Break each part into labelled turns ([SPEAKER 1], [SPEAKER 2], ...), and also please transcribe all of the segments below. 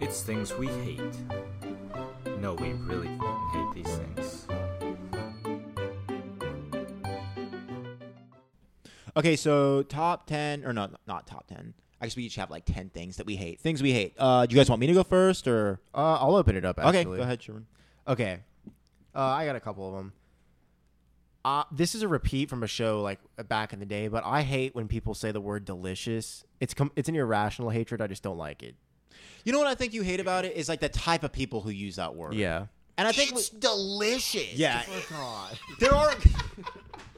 [SPEAKER 1] It's things we hate. No, we really f***ing hate these things.
[SPEAKER 2] Okay, so top ten or no, not top ten. I guess we each have like ten things that we hate. Things we hate. Uh, do you guys want me to go first or?
[SPEAKER 3] Uh, I'll open it up. Actually.
[SPEAKER 2] Okay, go ahead, Sherman.
[SPEAKER 3] Okay, uh, I got a couple of them. Uh, this is a repeat from a show like back in the day, but I hate when people say the word delicious. It's com- it's an irrational hatred. I just don't like it.
[SPEAKER 2] You know what I think you hate about it is like the type of people who use that word.
[SPEAKER 3] Yeah.
[SPEAKER 2] and I think we-
[SPEAKER 4] it's delicious.
[SPEAKER 2] Yeah.
[SPEAKER 3] God.
[SPEAKER 2] there are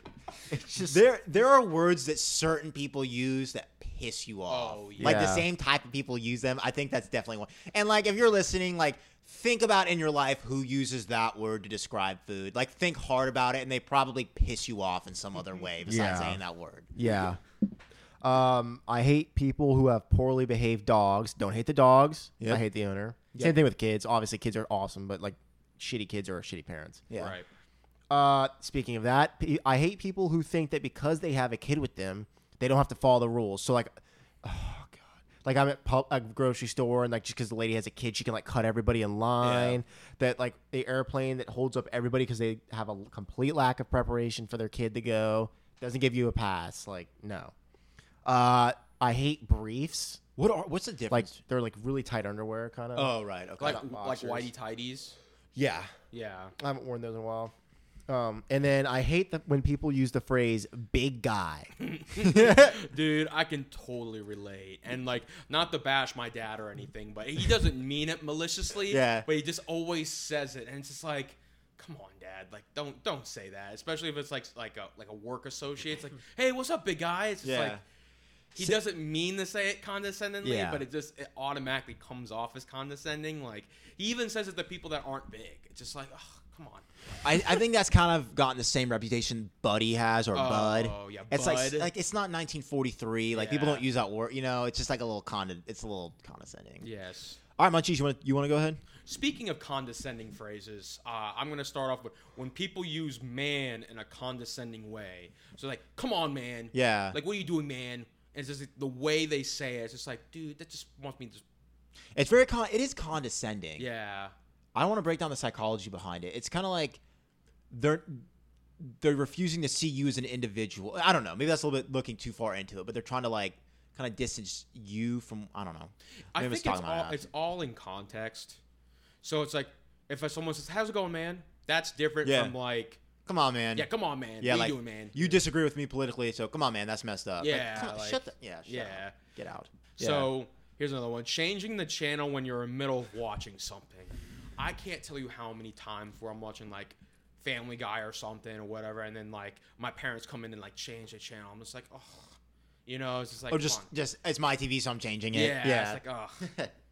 [SPEAKER 2] there there are words that certain people use that piss you off.
[SPEAKER 4] Oh,
[SPEAKER 2] Like the
[SPEAKER 3] yeah.
[SPEAKER 2] same type of people use them. I think that's definitely one. And like if you're listening, like think about in your life who uses that word to describe food. Like think hard about it, and they probably piss you off in some
[SPEAKER 4] Mm-hmm.
[SPEAKER 2] other way besides
[SPEAKER 3] Yeah.
[SPEAKER 2] saying that word.
[SPEAKER 3] Yeah. Um, I hate people who have poorly behaved dogs. Don't hate the dogs.
[SPEAKER 2] Yeah.
[SPEAKER 3] I hate the owner. Same thing with kids. Obviously, kids are awesome, but like shitty kids are shitty parents.
[SPEAKER 2] Yeah.
[SPEAKER 4] Right.
[SPEAKER 3] Uh, speaking of that, pe- I hate people who think that because they have a kid with them, they don't have to follow the rules. So like, oh god, like I'm at pub- a grocery store and like just because the lady has a kid, she can like cut everybody in line. That like the airplane that holds up everybody because they have a l- complete lack of preparation for their kid to go doesn't give you a pass. Like no. Uh, I hate briefs.
[SPEAKER 2] What are what's the
[SPEAKER 3] Like
[SPEAKER 2] difference?
[SPEAKER 3] they're like really tight underwear kind of.
[SPEAKER 2] oh right, okay.
[SPEAKER 4] Like
[SPEAKER 3] Got
[SPEAKER 4] like
[SPEAKER 3] boxers.
[SPEAKER 4] whitey tidies.
[SPEAKER 2] yeah.
[SPEAKER 4] Yeah.
[SPEAKER 3] I haven't worn those in a while. Um, and then I hate the, when people use the phrase "big guy."
[SPEAKER 4] Dude, I can totally relate. And like not to bash my dad or anything, but he doesn't mean it maliciously.
[SPEAKER 2] Yeah.
[SPEAKER 4] But he just always says it and it's just like Come on, Dad! Like, don't don't say that. Especially if it's like like a like a work associate. It's like, hey, what's up, big guy? It's just
[SPEAKER 2] Yeah.
[SPEAKER 4] like he doesn't mean to say it condescendingly,
[SPEAKER 2] Yeah.
[SPEAKER 4] but it just it automatically comes off as condescending. Like he even says it to people that aren't big. It's just like, oh, come on.
[SPEAKER 2] I, I think that's kind of gotten the same reputation Buddy has or Bud.
[SPEAKER 4] Oh, yeah,
[SPEAKER 2] it's like
[SPEAKER 4] Bud.
[SPEAKER 2] like it's not 1943. Like people
[SPEAKER 4] Yeah.
[SPEAKER 2] don't use that word. You know, it's just like a little con. It's a little condescending.
[SPEAKER 4] Yes.
[SPEAKER 2] All right, Munchies, you want you want to go ahead?
[SPEAKER 4] Speaking of condescending phrases, uh, I'm going to start off with when people use man in a condescending way. So, like, come on, man.
[SPEAKER 2] Yeah.
[SPEAKER 4] Like, what are you doing, man? And it's just like, the way they say it. It's just like, dude, that just wants me to. Just,
[SPEAKER 2] It's very con. It is condescending.
[SPEAKER 4] yeah.
[SPEAKER 2] I want to break down the psychology behind it. It's kind of like they're they're refusing to see you as an individual. I don't know. Maybe that's a little bit looking too far into it, but they're trying to like kind of distance you from. I don't know.
[SPEAKER 4] I
[SPEAKER 2] Maybe
[SPEAKER 4] think
[SPEAKER 2] was
[SPEAKER 4] it's,
[SPEAKER 2] talking about
[SPEAKER 4] all,
[SPEAKER 2] that.
[SPEAKER 4] it's all in context. So, it's like, if someone says, how's it going, man? That's different
[SPEAKER 2] Yeah.
[SPEAKER 4] from, like,
[SPEAKER 2] Come on, man.
[SPEAKER 4] yeah, come on, man.
[SPEAKER 2] Yeah,
[SPEAKER 4] what
[SPEAKER 2] like
[SPEAKER 4] are you doing, man?
[SPEAKER 2] you disagree with me politically, so come on, man. That's messed up. Like,
[SPEAKER 4] Yeah,
[SPEAKER 2] come on,
[SPEAKER 4] like-
[SPEAKER 2] shut the yeah, shut
[SPEAKER 4] yeah.
[SPEAKER 2] up. get out.
[SPEAKER 4] So here's another one: changing the channel when you're in the middle of watching something. I can't tell you how many times where I'm watching like Family Guy or something or whatever, and then like my parents come in and like change the channel. I'm just like, oh, you know, it's just like,
[SPEAKER 2] or Oh,
[SPEAKER 4] come
[SPEAKER 2] just
[SPEAKER 4] on.
[SPEAKER 2] just it's my TV, so I'm changing it.
[SPEAKER 4] yeah, it's like,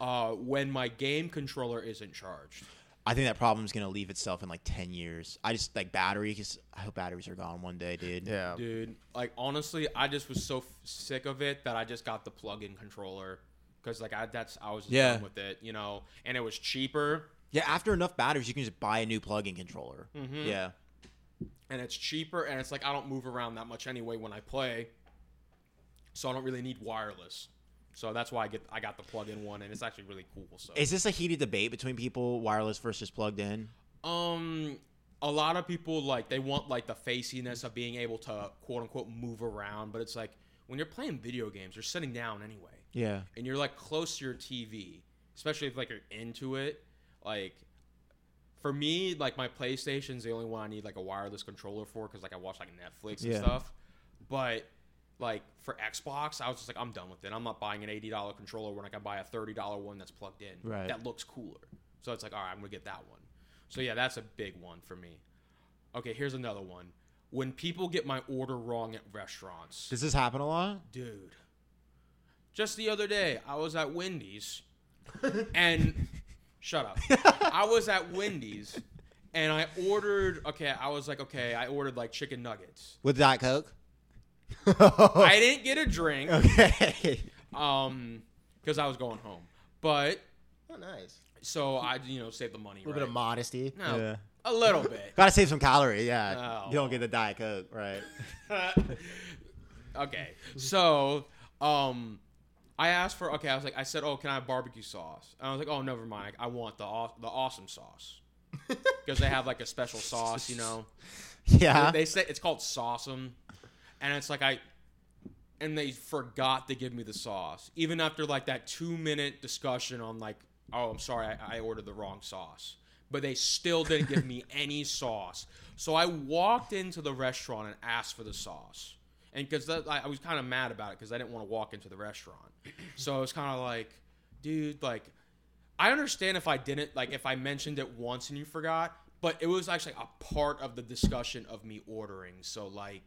[SPEAKER 4] oh. uh, when my game controller isn't charged.
[SPEAKER 2] I think that problem's gonna leave itself in like ten years. I just like battery because I hope batteries are gone one day, dude.
[SPEAKER 3] Yeah.
[SPEAKER 4] Dude, like honestly, I just was so f- sick of it that I just got the plug-in controller because like I that's I was just
[SPEAKER 2] Yeah.
[SPEAKER 4] done with it, you know, and it was cheaper.
[SPEAKER 2] Yeah. After enough batteries, you can just buy a new plug-in controller.
[SPEAKER 4] Mhm.
[SPEAKER 2] Yeah.
[SPEAKER 4] and it's cheaper and it's like I don't move around that much anyway when I play. So I don't really need wireless. So that's why I get I got the plug-in one and it's actually really cool. So
[SPEAKER 2] Is this a heated debate between people wireless versus plugged in?
[SPEAKER 4] um a lot of people like they want like the faciness of being able to quote unquote move around, but it's like when you're playing video games, you're sitting down anyway.
[SPEAKER 2] Yeah.
[SPEAKER 4] And you're like close to your TV, especially if like you're into it. Like for me, like my PlayStation's the only one I need like a wireless controller for because like I watch like Netflix and
[SPEAKER 2] Yeah.
[SPEAKER 4] stuff. But like for Xbox, I was just like, I'm done with it. I'm not buying an eighty dollar controller when I can buy a thirty dollar one that's plugged in.
[SPEAKER 2] Right.
[SPEAKER 4] That looks cooler. So it's like, all right, I'm gonna get that one. So yeah, that's a big one for me. Okay, here's another one. When people get my order wrong at restaurants,
[SPEAKER 2] Does this happen a lot?
[SPEAKER 4] dude. Just the other day, I was at Wendy's and shut up. I was at Wendy's and I ordered okay, I was like, okay, I ordered like chicken nuggets.
[SPEAKER 2] With Diet Coke?
[SPEAKER 4] I didn't get a drink
[SPEAKER 2] okay.
[SPEAKER 4] um cuz I was going home. But
[SPEAKER 3] Oh, nice.
[SPEAKER 4] so I you know saved the money,
[SPEAKER 3] A little
[SPEAKER 4] right?
[SPEAKER 3] bit of modesty.
[SPEAKER 4] no,
[SPEAKER 2] Yeah.
[SPEAKER 4] a little bit.
[SPEAKER 2] Gotta save some calorie. Yeah.
[SPEAKER 4] Oh.
[SPEAKER 2] You don't get the Diet Coke, right?
[SPEAKER 4] okay. So, um I asked for okay. I was like, I said, oh, can I have barbecue sauce? And I was like, oh, never mind. I want the aw- the awesome sauce because they have like a special sauce, you know.
[SPEAKER 3] Yeah.
[SPEAKER 4] They say it's called sauceum, and it's like I, and they forgot to give me the sauce even after like that two minute discussion on like, oh, I'm sorry, I, I ordered the wrong sauce. But they still didn't give me any sauce. So I walked into the restaurant and asked for the sauce. And because I, I was kind of mad about it because I didn't want to walk into the restaurant. So I was kind of like, dude, like, I understand if I didn't like if I mentioned it once and you forgot, but it was actually a part of the discussion of me ordering. So like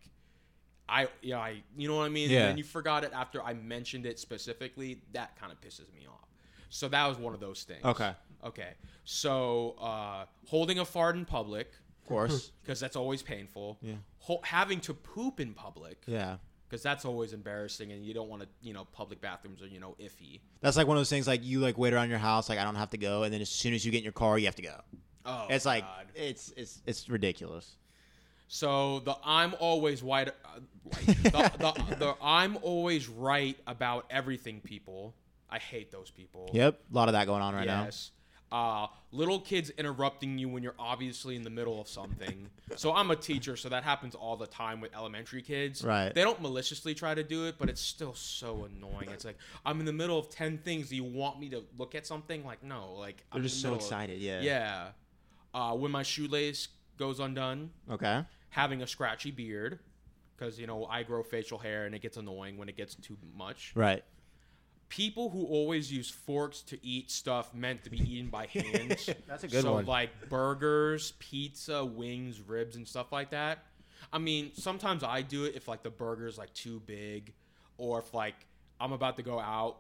[SPEAKER 4] I you know, I you know what I mean?
[SPEAKER 2] Yeah.
[SPEAKER 4] And then you forgot it after I mentioned it specifically, that kind of pisses me off. So that was one of those things.
[SPEAKER 2] Okay.
[SPEAKER 4] Okay. So uh holding a fart in public
[SPEAKER 2] Of course.
[SPEAKER 4] because that's always painful.
[SPEAKER 2] Yeah.
[SPEAKER 4] Ho- having to poop in public
[SPEAKER 2] yeah.
[SPEAKER 4] because that's always embarrassing and you don't want to, you know, public bathrooms are, you know, iffy.
[SPEAKER 2] That's like one of those things like you like wait around your house like I don't have to go and then as soon as you get in your car you have to go.
[SPEAKER 4] Oh.
[SPEAKER 2] it's like
[SPEAKER 4] God.
[SPEAKER 2] it's it's it's ridiculous.
[SPEAKER 4] So the I'm always white, uh, white. The, the, the I'm always right about everything. People, I hate those people.
[SPEAKER 2] Yep, a lot of that going on right now.
[SPEAKER 4] yes. Uh, little kids interrupting you when you're obviously in the middle of something. so I'm a teacher, so that happens all the time with elementary kids.
[SPEAKER 2] Right.
[SPEAKER 4] They don't maliciously try to do it, but it's still so annoying. It's like I'm in the middle of ten things. Do you want me to look at something? Like no. Like I'm
[SPEAKER 2] They're
[SPEAKER 4] in the
[SPEAKER 2] just so
[SPEAKER 4] middle of-
[SPEAKER 2] excited. Yeah.
[SPEAKER 4] Yeah. Uh, when my shoelace goes undone
[SPEAKER 2] Okay.
[SPEAKER 4] having a scratchy beard because you know I grow facial hair and it gets annoying when it gets too much.
[SPEAKER 2] Right.
[SPEAKER 4] People who always use forks to eat stuff meant to be eaten by hands.
[SPEAKER 3] That's a good
[SPEAKER 4] so
[SPEAKER 3] one.
[SPEAKER 4] like burgers, pizza, wings, ribs, and stuff like that. I mean, sometimes I do it if like the burger's like too big, or if like I'm about to go out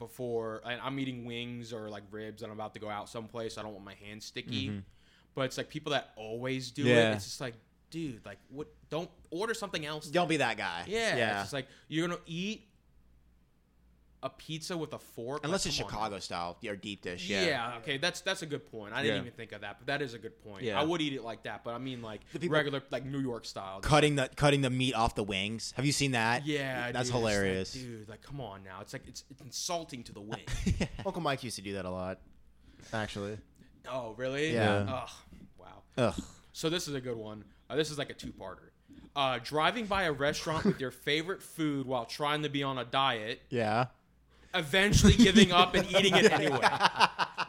[SPEAKER 4] before and I'm eating wings or like ribs and I'm about to go out someplace. I don't want my hands sticky.
[SPEAKER 3] Mm-hmm.
[SPEAKER 4] But it's like people that always do
[SPEAKER 2] Yeah.
[SPEAKER 4] it. It's just like, dude, like what? Don't order something else.
[SPEAKER 2] Don't be that guy.
[SPEAKER 4] Yeah, It's
[SPEAKER 2] Yeah.
[SPEAKER 4] just like you're gonna eat a pizza with a fork,
[SPEAKER 2] Unless
[SPEAKER 4] Like,
[SPEAKER 2] it's
[SPEAKER 4] come on.
[SPEAKER 2] Chicago style or deep dish.
[SPEAKER 4] Yeah.
[SPEAKER 2] Yeah.
[SPEAKER 4] okay, that's that's a good point. I didn't
[SPEAKER 2] Yeah.
[SPEAKER 4] even think of that, but that is a good point.
[SPEAKER 2] Yeah.
[SPEAKER 4] I would eat it like that, but I mean like
[SPEAKER 2] people-
[SPEAKER 4] regular like New York style.
[SPEAKER 2] Cutting the cutting the meat off the wings. Have you seen that? That's
[SPEAKER 4] yeah, dude, it's like,
[SPEAKER 2] hilarious.
[SPEAKER 4] dude. Like, come on now. It's like it's, it's insulting to the wing.
[SPEAKER 3] Uncle Mike used to do that a lot, actually.
[SPEAKER 4] oh, really?
[SPEAKER 3] Yeah.
[SPEAKER 4] Ugh, wow.
[SPEAKER 2] Ugh.
[SPEAKER 4] So this is a good one. Uh, this is like a two-parter. Uh, driving by a restaurant with your favorite food while trying to be on a diet,
[SPEAKER 2] Yeah.
[SPEAKER 4] eventually giving up and eating it anyway.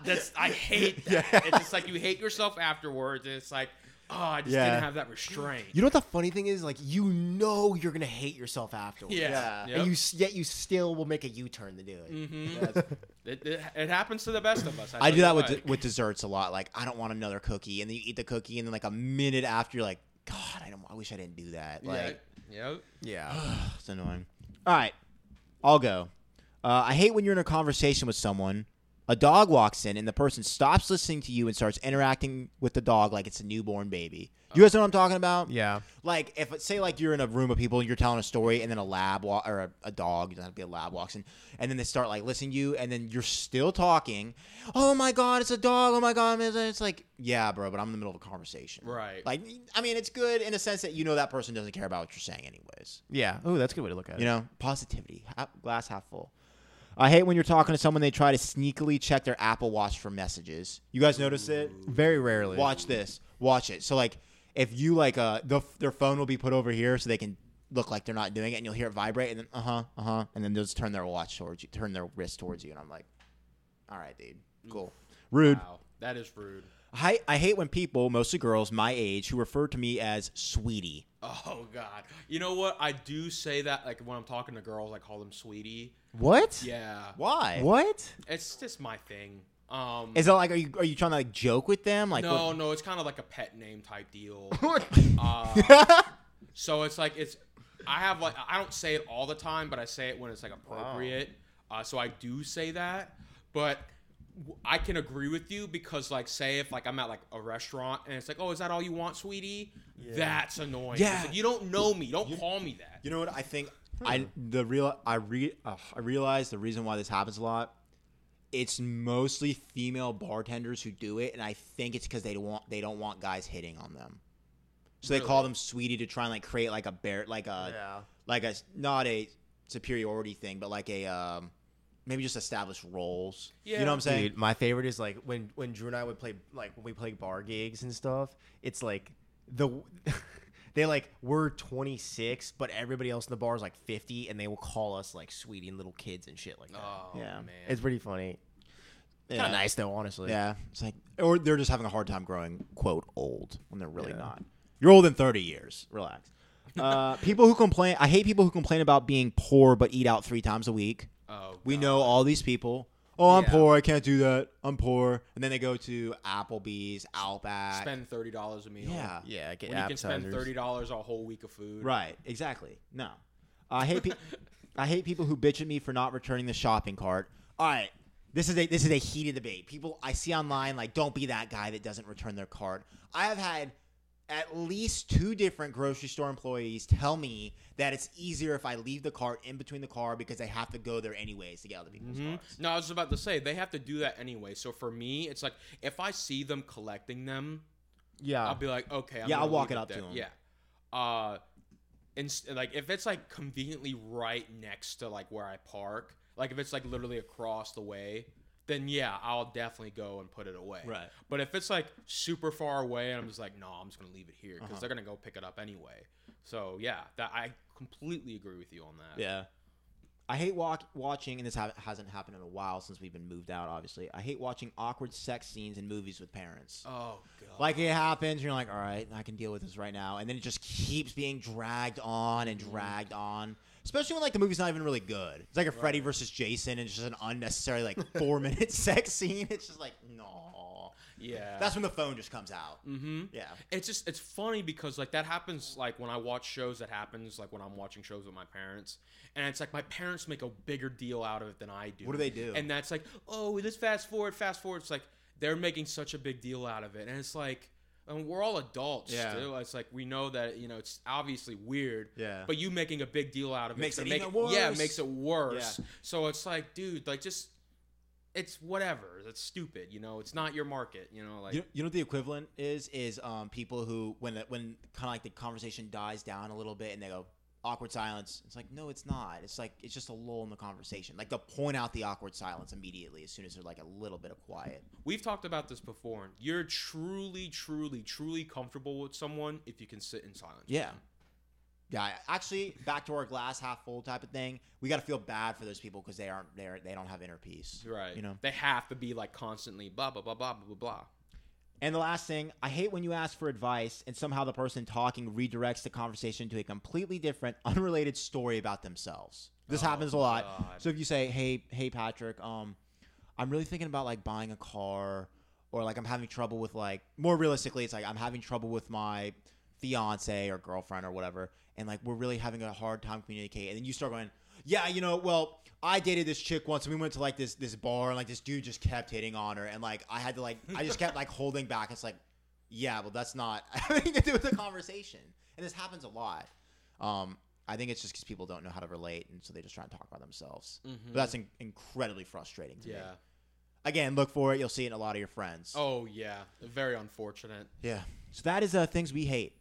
[SPEAKER 4] That's I hate that. It's just like you hate yourself afterwards, and it's like, oh, I just
[SPEAKER 2] Yeah.
[SPEAKER 4] didn't have that restraint.
[SPEAKER 3] You know what the funny thing is? Like, you know you're gonna hate yourself afterwards.
[SPEAKER 4] yeah.
[SPEAKER 3] And
[SPEAKER 4] Yep. Mm-hmm.
[SPEAKER 3] you s- yet you still will make a U-turn to do it. That's-
[SPEAKER 4] It, it, it happens to the best of us.
[SPEAKER 2] I
[SPEAKER 4] tell
[SPEAKER 2] do that
[SPEAKER 4] you
[SPEAKER 2] with
[SPEAKER 4] what.
[SPEAKER 2] with desserts a lot. Like I don't want another cookie, and then you eat the cookie, and then like a minute after, you're like, God, I don't. I wish I didn't do that. Like
[SPEAKER 4] yeah. Yep.
[SPEAKER 3] yeah.
[SPEAKER 2] it's annoying. All right, I'll go. Uh, I hate when you're in a conversation with someone. A dog walks in, and the person stops listening to you and starts interacting with the dog like it's a newborn baby. You guys know what I'm talking about?
[SPEAKER 3] Yeah.
[SPEAKER 2] Like if say like you're in a room of people and you're telling a story and then a lab wa- or a, a dog doesn't have to be a lab walks in and then they start like listening to you and then you're still talking. Oh my god, it's a dog. Oh my god, it's it's like yeah, bro, but I'm in the middle of a conversation.
[SPEAKER 4] Right.
[SPEAKER 2] Like I mean, it's good in a sense that you know that person doesn't care about what you're saying anyways.
[SPEAKER 3] Yeah. Oh, that's a good way to look at
[SPEAKER 2] You know, positivity, ha- glass half full. I hate when you're talking to someone they try to sneakily check their Apple Watch for messages. You guys notice it?
[SPEAKER 3] Very rarely.
[SPEAKER 2] watch this watch it so like if you like uh the, their phone will be put over here so they can look like they're not doing it and you'll hear it vibrate and then uh-huh uh-huh and then they'll just turn their watch towards you turn their wrist towards you and i'm like all right dude cool rude
[SPEAKER 4] Wow. That is rude.
[SPEAKER 2] I, I hate when people mostly girls my age who refer to me as sweetie
[SPEAKER 4] Oh God. You know what? I do say that like when I'm talking to girls, I call them sweetie.
[SPEAKER 3] What?
[SPEAKER 4] Yeah.
[SPEAKER 2] why
[SPEAKER 3] What?
[SPEAKER 4] It's just my thing. Um.
[SPEAKER 2] is it like are you are you trying to like joke with them like
[SPEAKER 4] no,
[SPEAKER 2] what-
[SPEAKER 4] no, it's kind of like a pet name type deal. uh, so it's like it's. I have like I don't say it all the time, but I say it when it's like appropriate. Uh, so I do say that, but w- I can agree with you because like say if like I'm at like a restaurant and it's like oh is that all you want, sweetie? That's annoying. It's
[SPEAKER 2] Yeah.
[SPEAKER 4] like, you don't know me. Don't call me that.
[SPEAKER 2] You know what I think?
[SPEAKER 4] Hmm.
[SPEAKER 2] I the real I re uh, I realize the reason why this happens a lot. It's mostly female bartenders who do it, and I think it's because they don't want they don't want guys hitting on them, so they call
[SPEAKER 4] Really?
[SPEAKER 2] Uh, them sweetie to try and like create like a bear like a
[SPEAKER 3] Yeah.
[SPEAKER 2] like a s- not a superiority thing, but like a um, maybe just establish roles.
[SPEAKER 4] Yeah.
[SPEAKER 2] You know what I'm saying?
[SPEAKER 3] Dude, my favorite is like when when Drew and I would play like when we play bar gigs and stuff. It's like the they like we're 26, but everybody else in the bar is like 50, and they will call us like sweetie and little kids and shit like that.
[SPEAKER 4] Oh
[SPEAKER 2] Yeah.
[SPEAKER 4] man.
[SPEAKER 3] it's pretty funny.
[SPEAKER 2] yeah.
[SPEAKER 3] Kind of nice though, honestly.
[SPEAKER 2] Yeah. It's like or they're just having a hard time growing quote old when they're really
[SPEAKER 3] Yeah.
[SPEAKER 2] not. You're old in 30 years. Relax. Uh, people who complain I hate people who complain about being poor but eat out 3 times a week.
[SPEAKER 4] oh,
[SPEAKER 2] We
[SPEAKER 4] God.
[SPEAKER 2] know all these people. Oh, I'm
[SPEAKER 4] Yeah.
[SPEAKER 2] poor. I can't do that. I'm poor. And then they go to Applebee's, Outback.
[SPEAKER 4] Spend thirty dollars a meal.
[SPEAKER 2] yeah.
[SPEAKER 3] yeah. Get
[SPEAKER 4] When you can spend
[SPEAKER 3] appetizers.
[SPEAKER 4] thirty dollars a whole week of food.
[SPEAKER 2] Right. Exactly. No. I hate pe- I hate people who bitch at me for not returning the shopping cart. All right. This is a this is a heated debate. People I see online like don't be that guy that doesn't return their cart. I have had at least two different grocery store employees tell me that it's easier if I leave the cart in between the car because they have to go there anyways to get out of people's
[SPEAKER 4] Mhm.
[SPEAKER 2] carts.
[SPEAKER 4] No, I was about to say they have to do that anyway. So for me, it's like if I see them collecting them,
[SPEAKER 3] Yeah.
[SPEAKER 4] I'll be like, okay, I'm
[SPEAKER 2] Yeah,
[SPEAKER 4] gonna
[SPEAKER 2] I'll walk
[SPEAKER 4] leave
[SPEAKER 2] it up to
[SPEAKER 4] there.
[SPEAKER 2] 'em.
[SPEAKER 4] Yeah, uh, and like if it's like conveniently right next to like where I park, like if it's like literally across the way, then yeah, I'll definitely go and put it away.
[SPEAKER 2] Right.
[SPEAKER 4] But if it's like super far away, and I'm just like, no, I'm just gonna leave it here because
[SPEAKER 2] Uh-huh.
[SPEAKER 4] they're gonna go pick it up anyway. So yeah, that I completely agree with you on that.
[SPEAKER 2] Yeah. I hate walk, watching, and this ha- hasn't happened in a while since we've been moved out, obviously. I hate watching awkward sex scenes in movies with parents.
[SPEAKER 4] Oh god.
[SPEAKER 2] Like it happens, and you're like, all right, I can deal with this right now. And then it just keeps being dragged on and dragged on. Especially when like the movie's not even really good. It's like a Freddy versus Jason, and it's just an unnecessary like four minute sex scene. It's just like, no.
[SPEAKER 4] yeah.
[SPEAKER 2] That's when the phone just comes out.
[SPEAKER 4] Mm-hmm.
[SPEAKER 2] Yeah.
[SPEAKER 4] It's just it's funny because like that happens like when I watch shows that happens like when I'm watching shows with my parents and it's like my parents make a bigger deal out of it than I do.
[SPEAKER 2] What do they do?
[SPEAKER 4] And that's like, "Oh, let's fast forward, fast forward." It's like they're making such a big deal out of it. And it's like and we're all adults
[SPEAKER 2] Yeah.
[SPEAKER 4] too. It's like we know that, you know, it's obviously weird,
[SPEAKER 2] Yeah.
[SPEAKER 4] but you making a big deal out of it
[SPEAKER 2] Makes
[SPEAKER 4] to
[SPEAKER 2] it
[SPEAKER 4] make
[SPEAKER 2] even
[SPEAKER 4] Yeah,
[SPEAKER 2] worse.
[SPEAKER 4] makes it worse. So it's like, dude, like just it's whatever. That's stupid, you know. It's not your market, you know. Like
[SPEAKER 2] you, you know what the equivalent is is um, people who when the- when kind of like the conversation dies down a little bit and they go awkward silence it's like no it's not it's like it's just a lull in the conversation like they'll point out the awkward silence immediately as soon as there's like a little bit of quiet
[SPEAKER 4] We've talked about this before. You're truly, truly, truly comfortable with someone if you can sit in silence.
[SPEAKER 2] yeah yeah I- actually back to our glass half full type of thing we got to feel bad for those people because they aren't there they don't have inner peace
[SPEAKER 4] Right.
[SPEAKER 2] you know
[SPEAKER 4] they have to be like constantly blah blah blah blah blah blah blah.
[SPEAKER 2] And the last thing, I hate when you ask for advice and somehow the person talking redirects the conversation to a completely different, unrelated story about themselves. This
[SPEAKER 4] Oh,
[SPEAKER 2] happens a lot.
[SPEAKER 4] God.
[SPEAKER 2] So if you say, "Hey, hey, Patrick, um, I'm really thinking about like buying a car, or like I'm having trouble with like more realistically, it's like I'm having trouble with my fiance or girlfriend or whatever, and like we're really having a hard time communicating." And then you start going, "Yeah, you know, well, I dated this chick once, and we went to like this this bar, and like this dude just kept hitting on her, and like I had to like I just kept like holding back. It's like, yeah, well, that's not having to do with the conversation, and this happens a lot. Um, I think it's just because people don't know how to relate, and so they just try and talk about themselves. But that's in- incredibly frustrating to me.
[SPEAKER 4] Yeah.
[SPEAKER 2] Again, look for it. You'll see it in a lot of your friends.
[SPEAKER 4] Oh yeah. Very unfortunate.
[SPEAKER 2] yeah. So that is uh, things we hate.